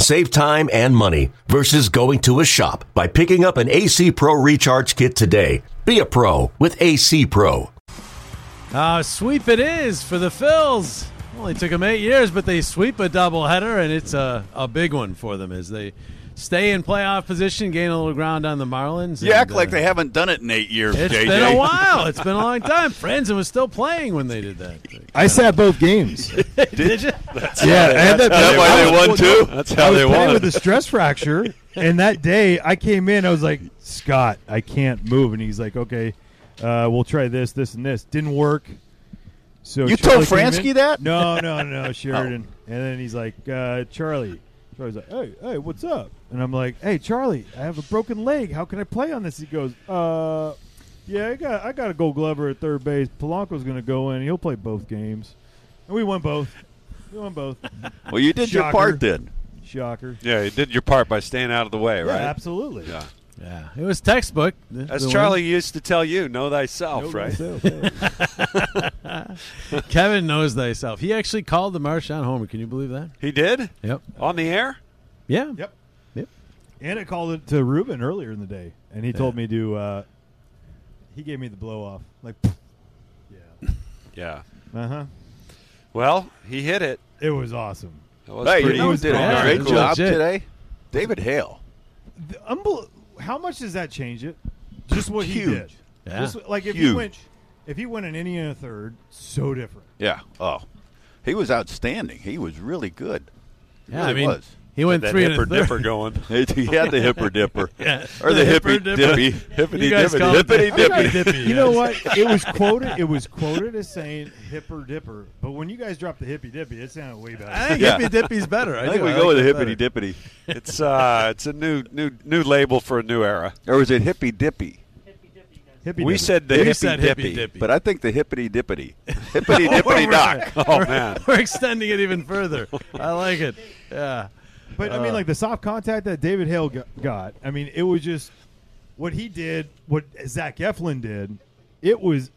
Save time and money versus going to a shop by picking up an AC Pro recharge kit today. Be a pro with AC Pro. Uh, sweep it is for the Phils. Only took them eight years, but they sweep a doubleheader, and it's a, a big one for them as they stay in playoff position, gain a little ground on the Marlins. You and, act like uh, they haven't done it in eight years, It's JJ. been a while. It's been a long time. Friends and was still playing when they did that. I sat both games. Did you? yeah, I had that. That's why they won too. That's I was playing with a stress fracture, and that day I came in, I was like, Scott, I can't move, and he's like, okay, uh, we'll try this, this, and this. Didn't work. So You told Charlie came Fransky in- that? Oh. No, no, no, Sheridan. And then he's like, uh, Charlie. Charlie's like, hey, hey, what's up? And I'm like, hey, Charlie, I have a broken leg. How can I play on this? He goes, uh, yeah, I got, I got a gold glover at third base. Polanco's going to go in. He'll play both games. And we won both. We won both. Well, you did your Shocker. part then. Shocker. Yeah, you did your part by staying out of the way, Yeah, right? absolutely. Yeah. Yeah, it was textbook. The- As the Charlie used to tell you, know thyself, right? one. Kevin knows thyself. He actually called the Marshawn homer. Can you believe that? He did? Yep. On the air? Yeah. Yep. Yep. And I called it to Ruben earlier in the day, and he told me to. Uh, he gave me the blow off, like, yeah, Yeah. uh huh. Well, he hit it. It was awesome. That was Hey, pretty- you was did bad. a It great was job legit. today, David Hale. The unbel- How much does that change it? Just what he Huge. did. Yeah. Just, like if Huge. he went, if he went an inning and a third, so different. Yeah. Oh, he was outstanding. He was really good. He Yeah, really I mean, was. he went that three and a hipper third. dipper going. he had the hipper dipper, Yeah. or the, The hippy hipper dippy, dipper. hippity You guys dippity, call it hippity that. dippity. Hippity dippity. You know what? It was quoted. It was quoted as saying "hipper dipper," but when you guys dropped the hippy dippy, it sounded way better. I think Yeah. Hippy Dippy's better. I, I think do. we I go like with the that hippity better. dippity, It's uh it's a new new new label for a new era. or was it hippy dippy? hippy We dippy. said the We hippy said hippy dippy. dippy. But I think the hippity dippity, hippity dippity doc. Oh man. We're extending it even further. I like it. Yeah. But I mean, Uh. like the soft contact that David Hale go- got. I mean, it was just what he did, what Zach Eflin did. It was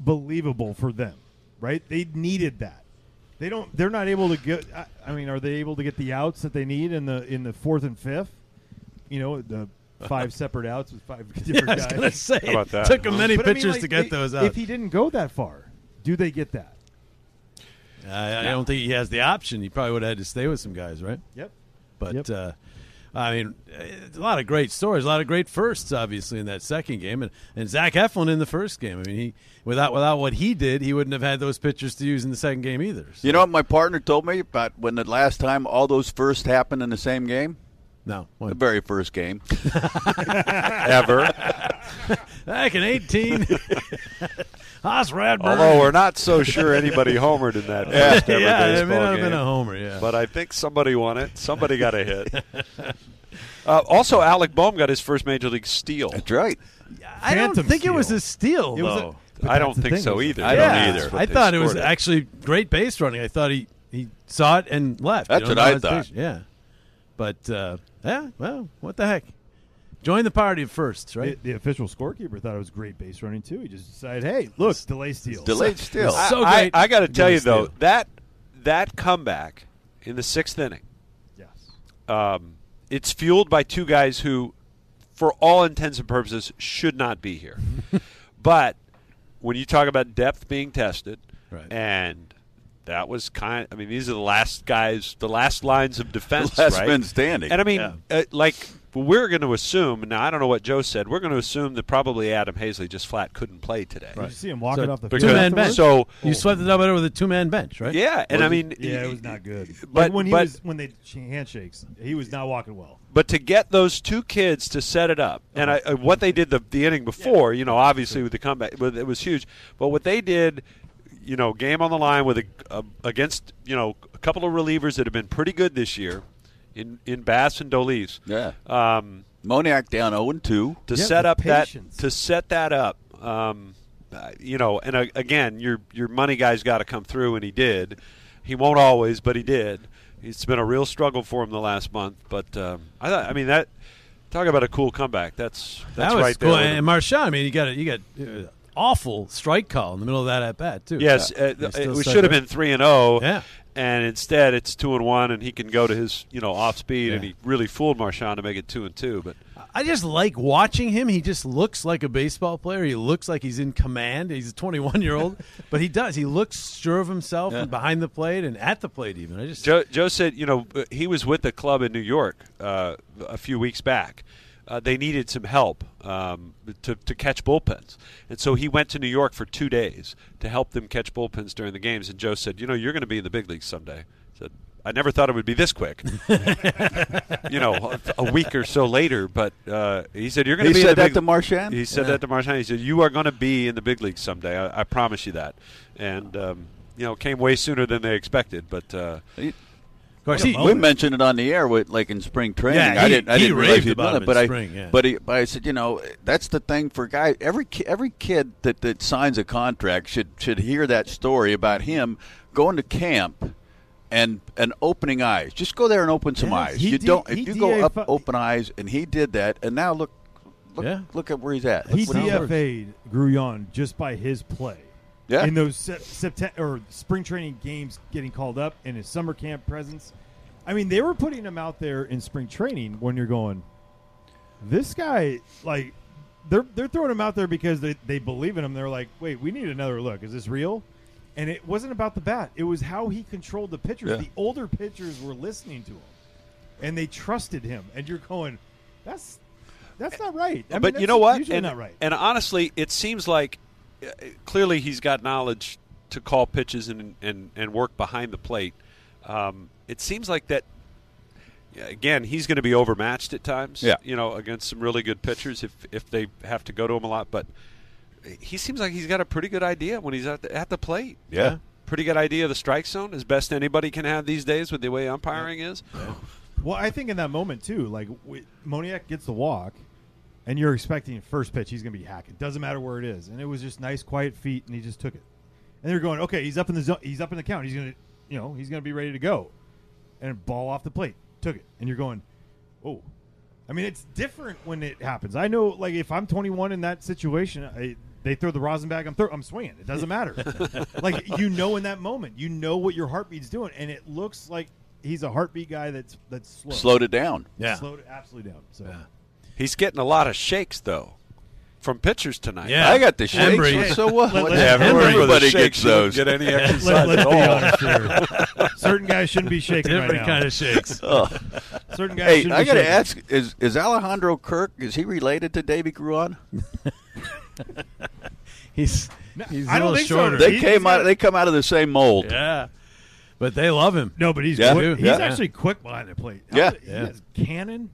unbelievable for them, right? They needed that. They don't. They're not able to get. I, I mean, are they able to get the outs that they need in the in the fourth and fifth? You know, the five separate outs with five different I was gonna guys. say How about that? it took him many But I mean, pitchers like, to get i- those out. If he didn't go that far, do they get that? I, I don't think he has the option. He probably would have had to stay with some guys, right? Yep. But Yep. uh, I mean, it's a lot of great stories, a lot of great firsts, obviously, in that second game, and, and Zach Eflin in the first game. I mean, he without without what he did, he wouldn't have had those pitchers to use in the second game either. So, You know what my partner told me about when the last time all those first happened in the same game? no, The one, very first game. Ever. back in eighteen, Haas Radburn. Although we're not so sure anybody homered in that first ever yeah, it may baseball not have game. been a homer. Yeah, but I think somebody won it. Somebody got a hit. Uh, also, Alec Boehm got his first major league steal. That's right. I don't Phantom think it was steal. a steal. It was a- though. but I that's don't the think thing, so is- either. I don't Yeah. either. I thought it was Scored actually great base running. I thought he, he saw it and left. You That's don't what I know his thought. pitch. Yeah. But, uh, yeah, well, what the heck? Join the party at first, The, right? the official scorekeeper thought it was great base running too. He just decided, hey, look, delay steal. Delayed still. So I, great. I, got to Give tell me you a steal. though that that comeback in the sixth inning, Yes. um, it's fueled by two guys who, for all intents and purposes, should not be here. but when you talk about depth being tested, Right. and that was kind. I mean, these are the last guys, the last lines of defense, Last right? men standing. And I mean, uh, like we're going to assume. Now I don't know what Joe said. We're going to assume that probably Adam Hazley just flat couldn't play today. Did you see him walking So- off the Because- field? Two-man bench. afterwards? So You swept the doubleheader with a two man bench, right? yeah, and I mean, yeah, it was not good. But But- when he but- was when they ch- handshakes, he was not walking well. But to get those two kids to set it up, and I, uh, what they did the, the inning before, you know, obviously with the comeback, but it was huge. But what they did, you know, game on the line with a, a, against, you know, a couple of relievers that have been pretty good this year, in in Bass and Dolis. Yeah. Um, Moniac down 0 2. to Yeah, set the up that patience. to set that up. Um, you know, and uh, again, your your money guy's got to come through, and he did. He won't always, but he did. It's been a real struggle for him the last month, but um, I thought, I mean that. Talk about a cool comeback. That's that's that was right cool. there. And Marshawn, I mean, you got a, you got uh, awful strike call in the middle of that at bat too. Yes, Yeah. uh, They it, still we said should have that. been three and zero. Yeah. And instead, it's two and one, and he can go to his you know off speed, and Yeah. he really fooled Marshawn to make it two and two. But I just like watching him. He just looks like a baseball player. He looks like he's in command. He's a 21 year old, but he does. He looks sure of himself Yeah. and behind the plate and at the plate even. I just Joe, Joe said, you know, uh, he was with the club in New York uh, a few weeks back. Uh, they needed some help um, to, to catch bullpens. And so he went to New York for two days to help them catch bullpens during the games. And Joe said, you know, you're going to be in the big leagues someday. I said, I never thought it would be this quick. you know, a, a week or so later. But uh, he said, you're going He be in said the that big to Marchand? He said Yeah. that to Marshawn. He said, you are going to be in the big leagues someday. I, I promise you that. And, um, you know, it came way sooner than they expected. But, uh, of course, he- we mentioned it on the air, with, like in spring training. Yeah, he- I didn't. I he didn't raved realize he'd about done him it, in but I. spring, yeah. But, he, but I said, you know, that's the thing for guys. Every ki- every kid that, that signs a contract should should hear that story about him going to camp. And, and opening eyes. Just go there and open some Yes, eyes. he You D- don't. he If you go DA up, fi- open eyes, and he did that. And now look, look, Yeah. look at where he's at. Look He what he's doing. DFA'd Gruyon just by his play. Yeah. In those September or spring training games getting called up and his summer camp presence. I mean, they were putting him out there in spring training when you're going, this guy, like, they're, they're throwing him out there because they, they believe in him. They're like, wait, we need another look. Is this real? And it wasn't about the bat, it was how he controlled the pitchers. Yeah. The older pitchers were listening to him and they trusted him. And you're going, that's. That's not right. I mean, but that's you know what? Usually and, not right. and honestly, it seems like uh, clearly he's got knowledge to call pitches and and, and work behind the plate. Um, it seems like that. yeah, Again, he's going to be overmatched at times. Yeah. you know, against some really good pitchers if if they have to go to him a lot. But he seems like he's got a pretty good idea when he's at the, at the plate. Yeah. Pretty good idea of the strike zone, as best anybody can have these days with the way umpiring is. Well, I think in that moment too, like w- Moniac gets the walk, and you're expecting first pitch he's going to be hacking. Doesn't matter where it is, and it was just nice, quiet feet, and he just took it. And they're going, okay, he's up in the zone, he's up in the count, he's going to, you know, he's going to be ready to go, and ball off the plate, took it, and you're going, oh, I mean, it's different when it happens. I know, like if I'm 21 in that situation, I, they throw the rosin bag, I'm throw, I'm swinging. It doesn't matter. like you know, in that moment, you know what your heartbeat's doing, and it looks like he's a heartbeat guy that's that's slow. Slowed it down. yeah. Slowed it absolutely down. So He's getting a lot of shakes though from pitchers tonight. Yeah. I got the shakes. Embry. So what? Let- let- Yeah, Everybody everybody, Everybody gets shakes those. Get any exercise Let, us at be all. honest here. Certain guys shouldn't be shaking different right now. kind of shakes. Certain guys Hey, shouldn't I be got to shaking. ask: Is is Alejandro Kirk? Is he related to Davy Gruan? he's he's a I don't little think so. shorter. They He- he's came got- out. They come out of the same mold. Yeah, but they love him. No, but he's Yeah. quick. he's Yeah. actually quick behind the plate. Yeah. he Yeah. has cannon.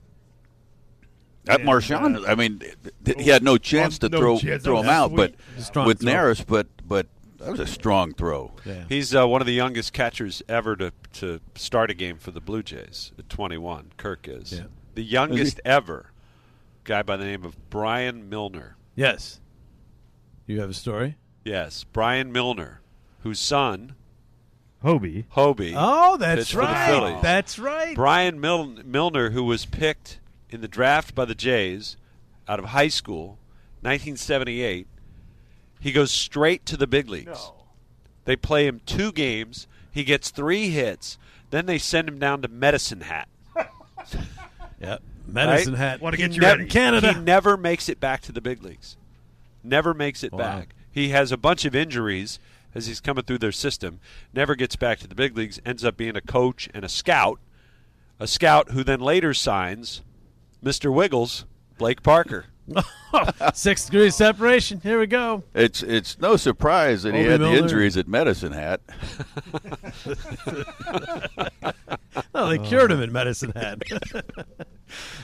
That Yeah. Marchand. I mean, th- th- he had no chance to no throw chance. throw him That's out, but sweet. Strong with throw. Naris, but but that was a strong throw. Yeah. He's uh, one of the youngest catchers ever to, to start a game for the Blue Jays at 21. Kirk is Yeah. the youngest ever. Guy by the name of Brian Milner. Yes, you have a story. Yes, Brian Milner, whose son Hobie. Hobie. Oh, that's Pitched for the right. Phillies. That's right. Brian Mil- Milner, who was picked in the draft by the Jays out of high school, 1978, he goes straight to the big leagues. They play him two games. He gets three hits. Then they send him down to Medicine Hat. Yep. Medicine Right? Hat. Wanna He get you never- ready. Canada. He never makes it back to the big leagues. Never makes it Wow. back. He has a bunch of injuries as he's coming through their system. Never gets back to the big leagues. Ends up being a coach and a scout. A scout who then later signs Mr. Wiggles, Blake Parker. Six degrees separation. Here we go. It's it's no surprise that he Obi had the Miller. injuries at Medicine Hat. No, Oh. they cured him in Medicine Hat.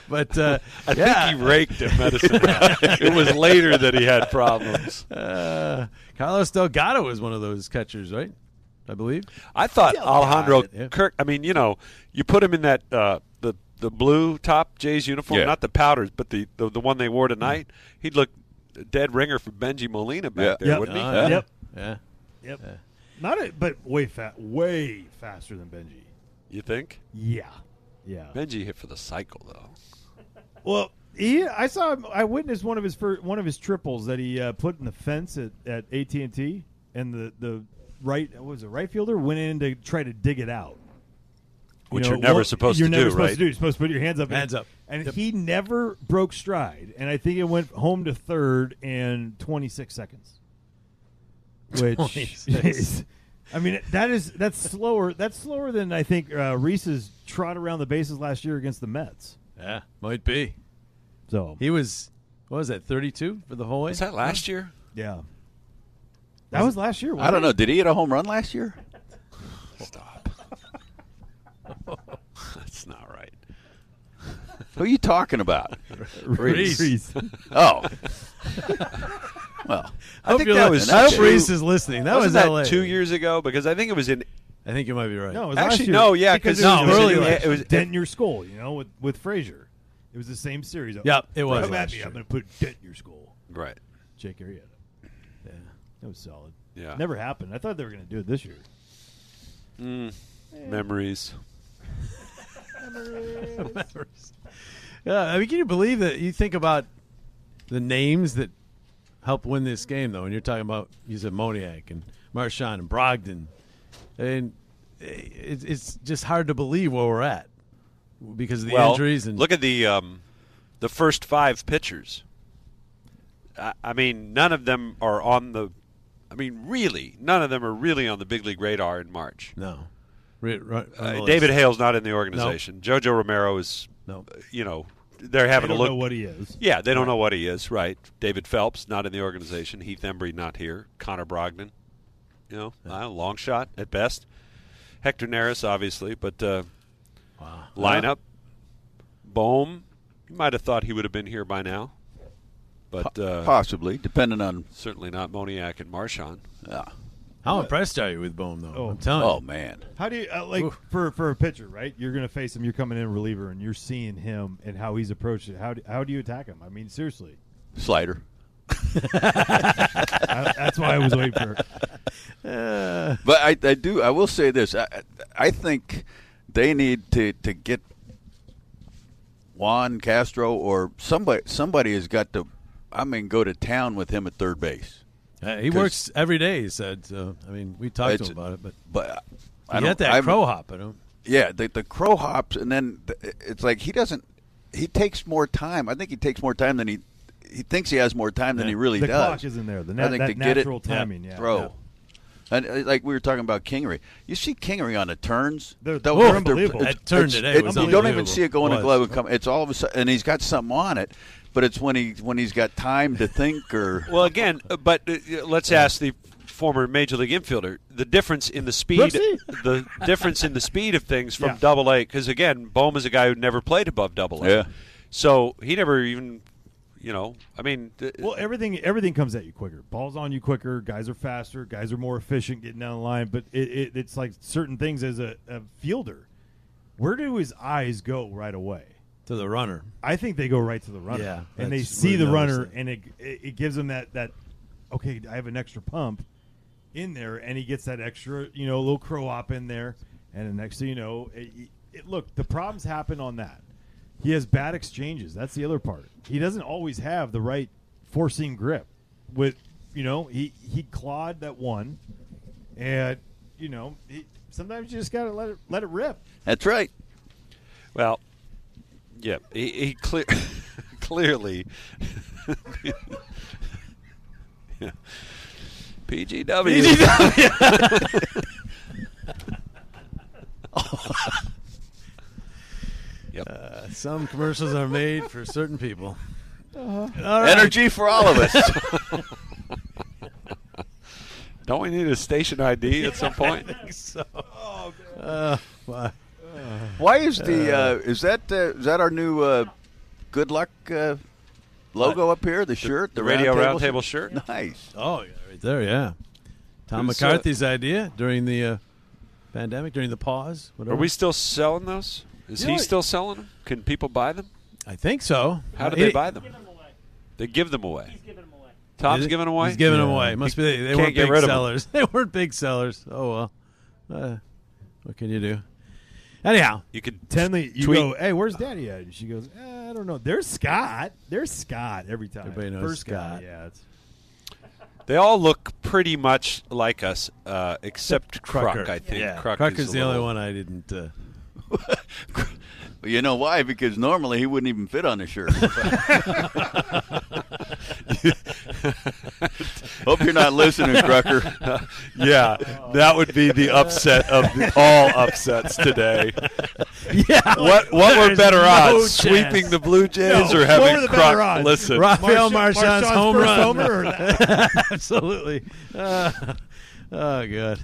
but uh, I think he raked at Medicine Hat. It was later that he had problems. uh, Carlos Delgado was one of those catchers, right? I believe. I thought Alejandro yeah. Kirk. I mean, you know, you put him in that uh, the the blue top Jays uniform, Yeah. Mm. not the powders, but the, the the one they wore tonight. He'd look dead ringer for Benji Molina back Yeah. there, Yep. wouldn't he? Oh, Yep. Yep. Yeah. Not a, but way fat, way faster than Benji. You think? Yeah. Yeah. Benji hit for the cycle though. Well, he, I saw him. I witnessed one of his first, one of his triples that he uh, put in the fence at at AT and T, and the the right what was it right fielder went in to try to dig it out. You Which know, you're never one- supposed you're to never do, supposed right? To do. You're supposed to put your hands up. and- Hands up. And Yep. he never broke stride, and I think it went home to third in 26 seconds. Which 26. is, I mean, that is that's slower. That's slower than I think uh, Reese's trot around the bases last year against the Mets. Yeah. Might be. So He was, what was that, 32 for the whole way? Was that last year? Yeah. That was last year. I don't know. Did he hit a home run last year? Stop. That's not right. Who are you talking about? Reese. Reese. Oh. well, I think you're that li- was I hope two- Reese is listening. That was Wasn't that LA. two years ago? Because I think it was in I think you might be right. No, it was Actually, last year. no, yeah, 'cause it no, was, early it was, last year. It was- dent your skull. You know, with with Frazier, it was the same series. Yep, it was Come last at me, year. I'm going to put dent in your skull. right. Jake Arrieta. Yeah, that was solid. Yeah. never happened. I thought they were going to do it this year. Memories. Yeah, I mean, can you believe that? You think about the names that helped win this game, though, and you're talking about you said Moniac and Marshawn and Brogdon, and it, it's just hard to believe where we're at because of the well, injuries and look at the um, the first five pitchers. I, I mean, none of them are on the. I mean, really, none of them are really on the big league radar in March. no, Re- re- on the Uh, list. David Hale's not in the organization. JoJo Romero is. No. uh, You know, they're having I don't a look. know what he is. yeah, they don't know what he is. Right. David Phelps not in the organization. Heath Embry not here. Connor Brogdon. You know, uh, long shot at best. Hector Neris, obviously, but uh, lineup. Bohm, you might have thought he would have been here by now, but uh, possibly, depending on. certainly not Moniac and Marchand. Yeah. How impressed are you with Bohm, though? Oh. I'm telling oh you, man. How do you uh, like Oof. for for a pitcher? Right, you're going to face him. You're coming in reliever, and you're seeing him and how he's approached it. How do, how do you attack him? I mean, seriously, Slider. I, that's why I was waiting for. But I, I do. I will say this. I, I think they need to, to get Juan Castro or somebody. Somebody has got to. I mean, go to town with him at third base. Uh, he 'Cause- works every day. He said. So, I mean, we talked to It's- him about it, but But I you don't. got that I'm- crow hop. I don't. Yeah, the the crow hops, and then th- it's like he doesn't. He takes more time. I think he takes more time than he. He thinks he has more time than he really the does. clock isn't there. The I na- think that to get it- natural timing, yeah, throw. yeah. And uh, like we were talking about Kingery, you see Kingery on the turns. They're- Those- they're unbelievable. That turn it's- today it- was you don't even unbelievable. see it go in the Was. glove and come. It's all of a sudden, and he's got something on it, but it's when he when he's got time to think or Well, again, uh, but uh, let's ask the former major league infielder the difference in the speed, Brooksy? the difference in the speed of things from Yeah. Double A. Because again, Bohm is a guy who never played above Double A, Yeah. so he never even, you know, I mean, th- Well, everything everything comes at you quicker. Balls on you quicker. Guys are faster. Guys are more efficient getting down the line. But it, it, it's like certain things as a, a fielder. Where do his eyes go right away? To the runner. I think they go right to the runner. Yeah, and they that's- see we the noticed runner, that. and it, it it gives them that that okay. I have an extra pump in there, and he gets that extra you know little crow op in there, and the next thing you know, it, it, look the problems happen on that. He has bad exchanges. That's the other part. He doesn't always have the right forcing grip. With you know he he clawed that one, and you know he, sometimes you just gotta let it let it rip. that's right. well, yeah, he, he clear, clearly. Yeah. PGW. Yep. Some commercials are made for certain people. Energy for all of us. Don't we need a station ID at some point? so. Why is the uh, is that uh, is that our new uh, good luck uh, logo up here? The shirt, the, the Radio round Roundtable table shirt? Nice. Oh, yeah, right there, yeah. Tom Who's, uh, McCarthy's idea during the uh, pandemic, during the pause. Whatever. Are we still selling those? Is he Yeah. still selling them? Can people buy them? I think so. How do Uh, He- they buy them? Give them away. They give them away. He's giving them away. Tom's Is it- giving away. He's giving 'em away. Must be they, they Can't weren't get big rid of 'em. sellers. They weren't big sellers. Oh well, uh, what can you do? Anyhow, You could Tenley, you tweet. go, hey, where's Daddy at? And she goes, eh, I don't know. There's Scott. There's Scott every time. Everybody knows First guy, Scott. Yeah, it's They all look pretty much like us, uh, except Croc. Crocker. I think Yeah. Croc is Crocker's a the only little- one I didn't. Uh, You know why? Because normally he wouldn't even fit on the shirt. Hope you're not listening, Crucker. yeah, that would be the upset of the, all upsets today. yeah, What what were There's better no odds, chance. sweeping the Blue Jays No, or what having were the better Croc? odds? Listen, Rafael Marsha- Marshawn's Marshawn's home first run. homer or Absolutely. Uh, oh, good.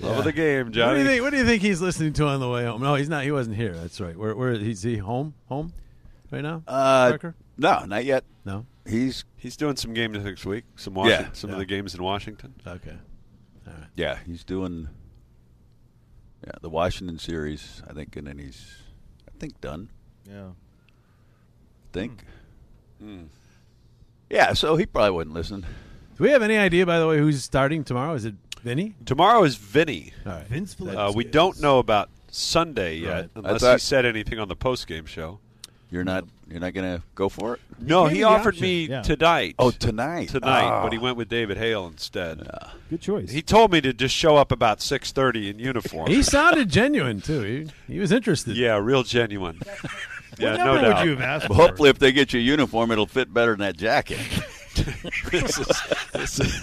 love of the game, What do Johnny. you think? What do you think he's listening to on the way home? No, he's not. He wasn't here. That's right. Where? Where is he? Home? Home? Right now? Uh, Crocker? no, not yet. No. He's He's doing some games next week. Some Washington, Yeah. some of Yeah. the games in Washington. Okay. yeah, he's doing yeah the Washington series, I think, and then he's I think done. yeah. Think. Hmm. Yeah, so he probably wouldn't listen. Do we have any idea, by the way, who's starting tomorrow? Is it Vinny? Tomorrow is Vinny. All right. Vince Phillips. Uh, we don't know about Sunday yet, Right. unless thought- he said anything on the postgame show. You're not you're not gonna go for it? No, gave me he the offered option. me Yeah. tonight. Oh, tonight. tonight, Ah. but he went with David Hale instead. Good choice. He told me to just show up about six thirty in uniform. He sounded genuine too. He, he was interested. yeah, real genuine. yeah, What no number doubt. would you have asked for? Well, Hopefully, if they get you a uniform, it'll fit better than that jacket. this is this, is-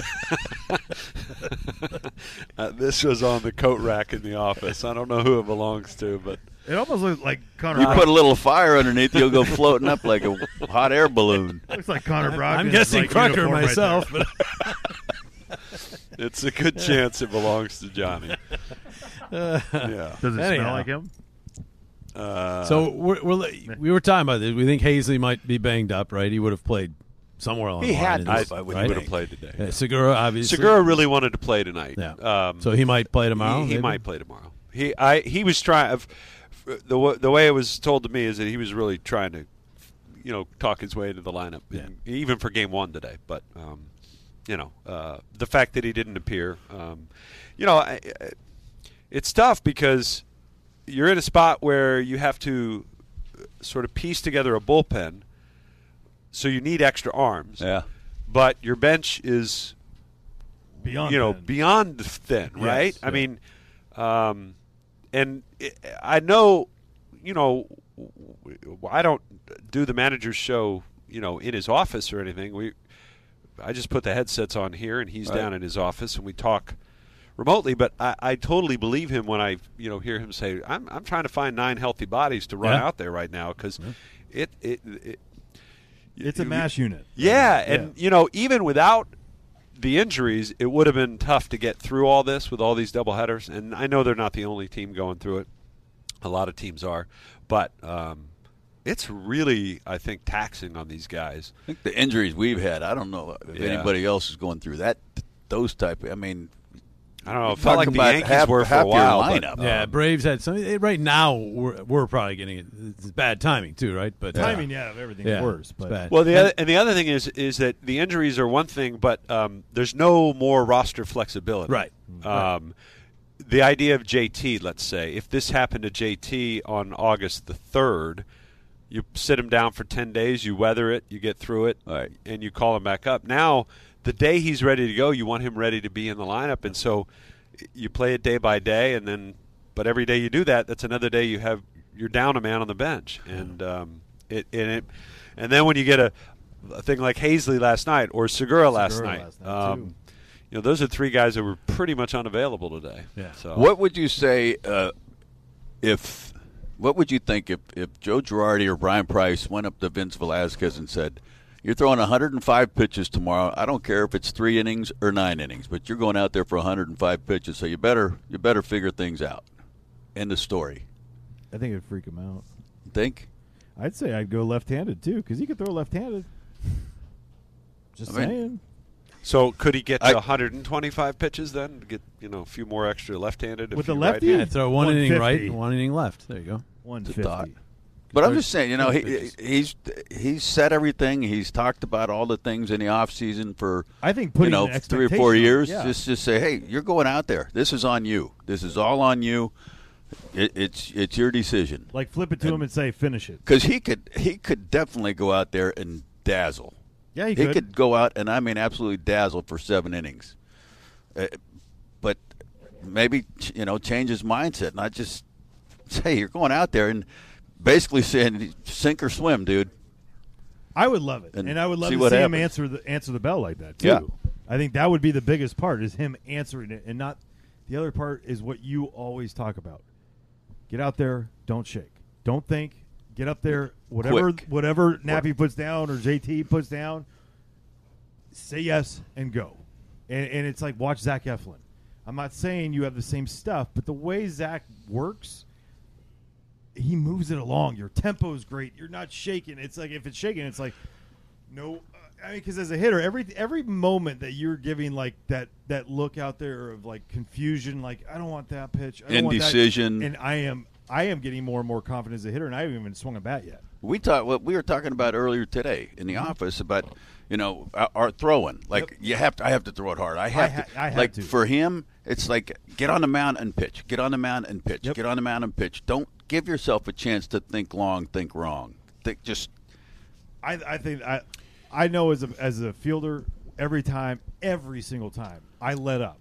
Uh, this was on the coat rack in the office. I don't know who it belongs to, but It almost looks like Connor. You Brock- put a little fire underneath, you'll go floating up like a hot air balloon. looks like Connor Brock. I'm guessing Crocker myself, but it's a good chance it belongs to Johnny. yeah. Does it smell Anyhow. smell like like him? Uh, so we're, we're we were talking about this. We think Hazley might be banged up, right? He would have played somewhere along. He the line had in to, I, this, I would right? have played today. Yeah, Segura obviously. Segura really wanted to play tonight. Yeah. Um, so he might play tomorrow. He, he maybe? might play tomorrow. He I he was trying. The wa- the way it was told to me is that he was really trying to, you know, talk his way into the lineup, and even for game one today. But um, you know, uh, the fact that he didn't appear, um, you know, I, I- it's tough because you're in a spot where you have to uh, sort of piece together a bullpen, so you need extra arms. Yeah. But your bench is Beyond you know that. beyond thin, Yes, right? I yeah. mean, um, and it, I know, you know, w- w- I don't do the manager's show, you know, in his office or anything. We, I just put the headsets on here, and he's down in his office, and we talk remotely. But I, I totally believe him when I, you know, hear him say, "I'm, I'm trying to find nine healthy bodies to run Yeah. out there right now because it, it, it, it's a you- mash unit. yeah, and you know, even without the injuries, it would have been tough to get through all this with all these doubleheaders. And I know they're not the only team going through it. A lot of teams are, but um, it's really, I think, taxing on these guys. I think the injuries we've had, I don't know if Yeah. anybody else is going through that. Those type. I mean, I don't know. It talking felt like the about Yankees half- were for half a your while. but- lineup. Yeah, Braves had some. eh, Right now, we're, we're probably getting it. It's bad timing too, right? But Timing, yeah, of everything's yeah, worse. it's But bad. Well, the other, and the other thing is is that the injuries are one thing, but um, there's no more roster flexibility. Right. Um, the idea of JT, let's say, if this happened to JT on August the third, you sit him down for ten days, you weather it, you get through it, Right. and you call him back up. Now, the day he's ready to go, you want him ready to be in the lineup, and so you play it day by day, and then, but every day you do that, that's another day you have you're down a man on the bench, and um, it and it, and then when you get a, a thing like Hazley last night or Segura last Segura night, last night, um, too. you know those are three guys that were pretty much unavailable today. Yeah. So what would you say uh, if? What would you think if, if Joe Girardi or Brian Price went up to Vince Velasquez and said, "You're throwing 105 pitches tomorrow. I don't care if it's three innings or nine innings, but you're going out there for 105 pitches. So you better you better figure things out." End of story. I think it'd freak him out. You think? I'd say I'd go left-handed too, because he could throw left-handed. Just I mean- saying. so could he get to I- 125 pitches then? Get you know a few more extra left-handed if With the you lefty? right-handed? yeah, throw one inning right 150. and one inning left. There you go. One thought. fifty. But I'm just saying, you know, he, he's he's said everything. He's talked about all the things in the off season for I think you putting know an three or four expectation, years. yeah. Just just say, hey, you're going out there. This is on you. This is all on you. It, it's it's your decision. Like flip it to him and say, finish it. Because he could he could definitely go out there and dazzle. Yeah, he he could. could go out and I mean absolutely dazzle for seven innings. Uh, but maybe ch- you know change his mindset, not just say you're going out there and basically saying sink or swim, dude. I would love it, and, And I would love see to what see him happens. answer the answer the bell like that too. Yeah. I think that would be the biggest part is him answering it, and not the other part is what you always talk about. Get out there, don't shake, don't think. Get up there, whatever Quick. whatever Nappy puts down or JT puts down, say yes and go. And, and it's like watch Zach Eflin. I'm not saying you have the same stuff, but the way Zach works, he moves it along. Your tempo is great. You're not shaking. It's like if it's shaking, it's like no. I mean, because as a hitter, every every moment that you're giving like that that look out there of like confusion, like I don't want that pitch, I don't want that- Indecision. and I am I am getting more and more confident as a hitter, and I haven't even swung a bat yet. We talked what we were talking about earlier today in the office about you know our- our throwing. Like you have to, I have to throw it hard. I have ha- to. I have like to. for him, it's like get on the mound and pitch. Get on the mound and pitch. Yep. Get on the mound and pitch. Don't give yourself a chance to think long, think wrong. Think just I, I think I I know as a as a fielder every time every single time I let up.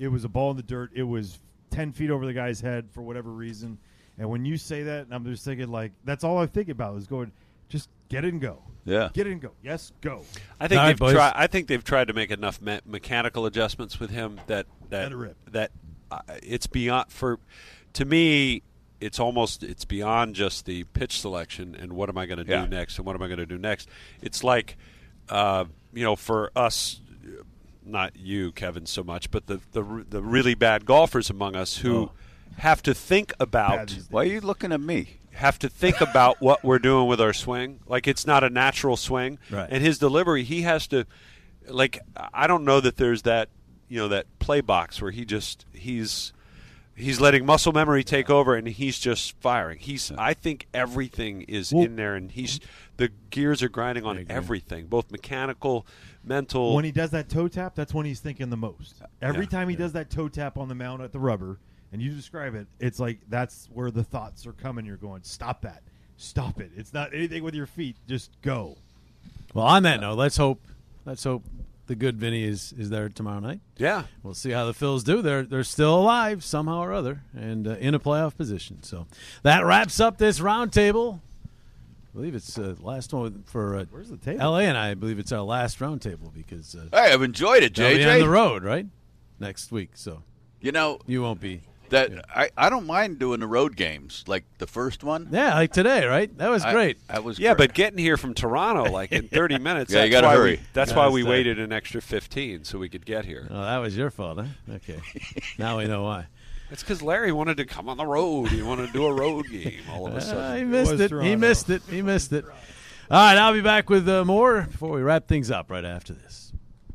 It was a ball in the dirt. It was ten feet over the guy's head for whatever reason. And when you say that, and I'm just thinking like that's all I think about is going just get it and go. Yeah. get it and go. Yes, go. I think All right, they've boys. tried. I think they've tried to make enough me- mechanical adjustments with him that that Let it rip. that uh, it's beyond for to me. It's almost it's beyond just the pitch selection and what am I going to do Yeah. next and what am I going to do next. It's like uh, you know for us. Not you, Kevin, so much, but the the, r- the really bad golfers among us who have to think Oh. Bad about these why are you looking at me? have to think about what we're doing with our swing. Like it's not a natural swing. Right. And his delivery, he has to like I don't know that there's that you know, that play box where he just he's he's letting muscle memory take over and he's just firing. He's I think everything is in there and he's the gears are grinding on everything, both mechanical, mental When he does that toe tap, that's when he's thinking the most. Every Yeah. time he does that toe tap on the mound at the rubber, and you describe it, it's like that's where the thoughts are coming. You're going, stop that, stop it. It's not anything with your feet. Just go. Well, on that note, let's hope let's hope the good Vinny is is there tomorrow night. Yeah. We'll see how the Phils do. They're they're still alive somehow or other and uh, in a playoff position. So that wraps up this roundtable. I believe it's uh, last one with- for uh, Where's the table? LA and I believe it's our last roundtable because uh, Hey, I've enjoyed it, they'll be on the JJ. road right next week. So You know you won't be. that I, I don't mind doing the road games like the first one. Yeah, like today, right? That was I- great. I, was Yeah, great. but getting here from Toronto like in 30 minutes. Yeah, you that's gotta why hurry. We, that's Yeah, why it's we there. waited an extra 15 so we could get here. oh, that was your fault, huh? Okay, now we know why. It's because Larry wanted to come on the road. He wanted to do a road game all of a Ah, sudden. he missed was it. He Toronto. missed it. He missed it. All right, I'll be back with uh, more before we wrap things up right after this.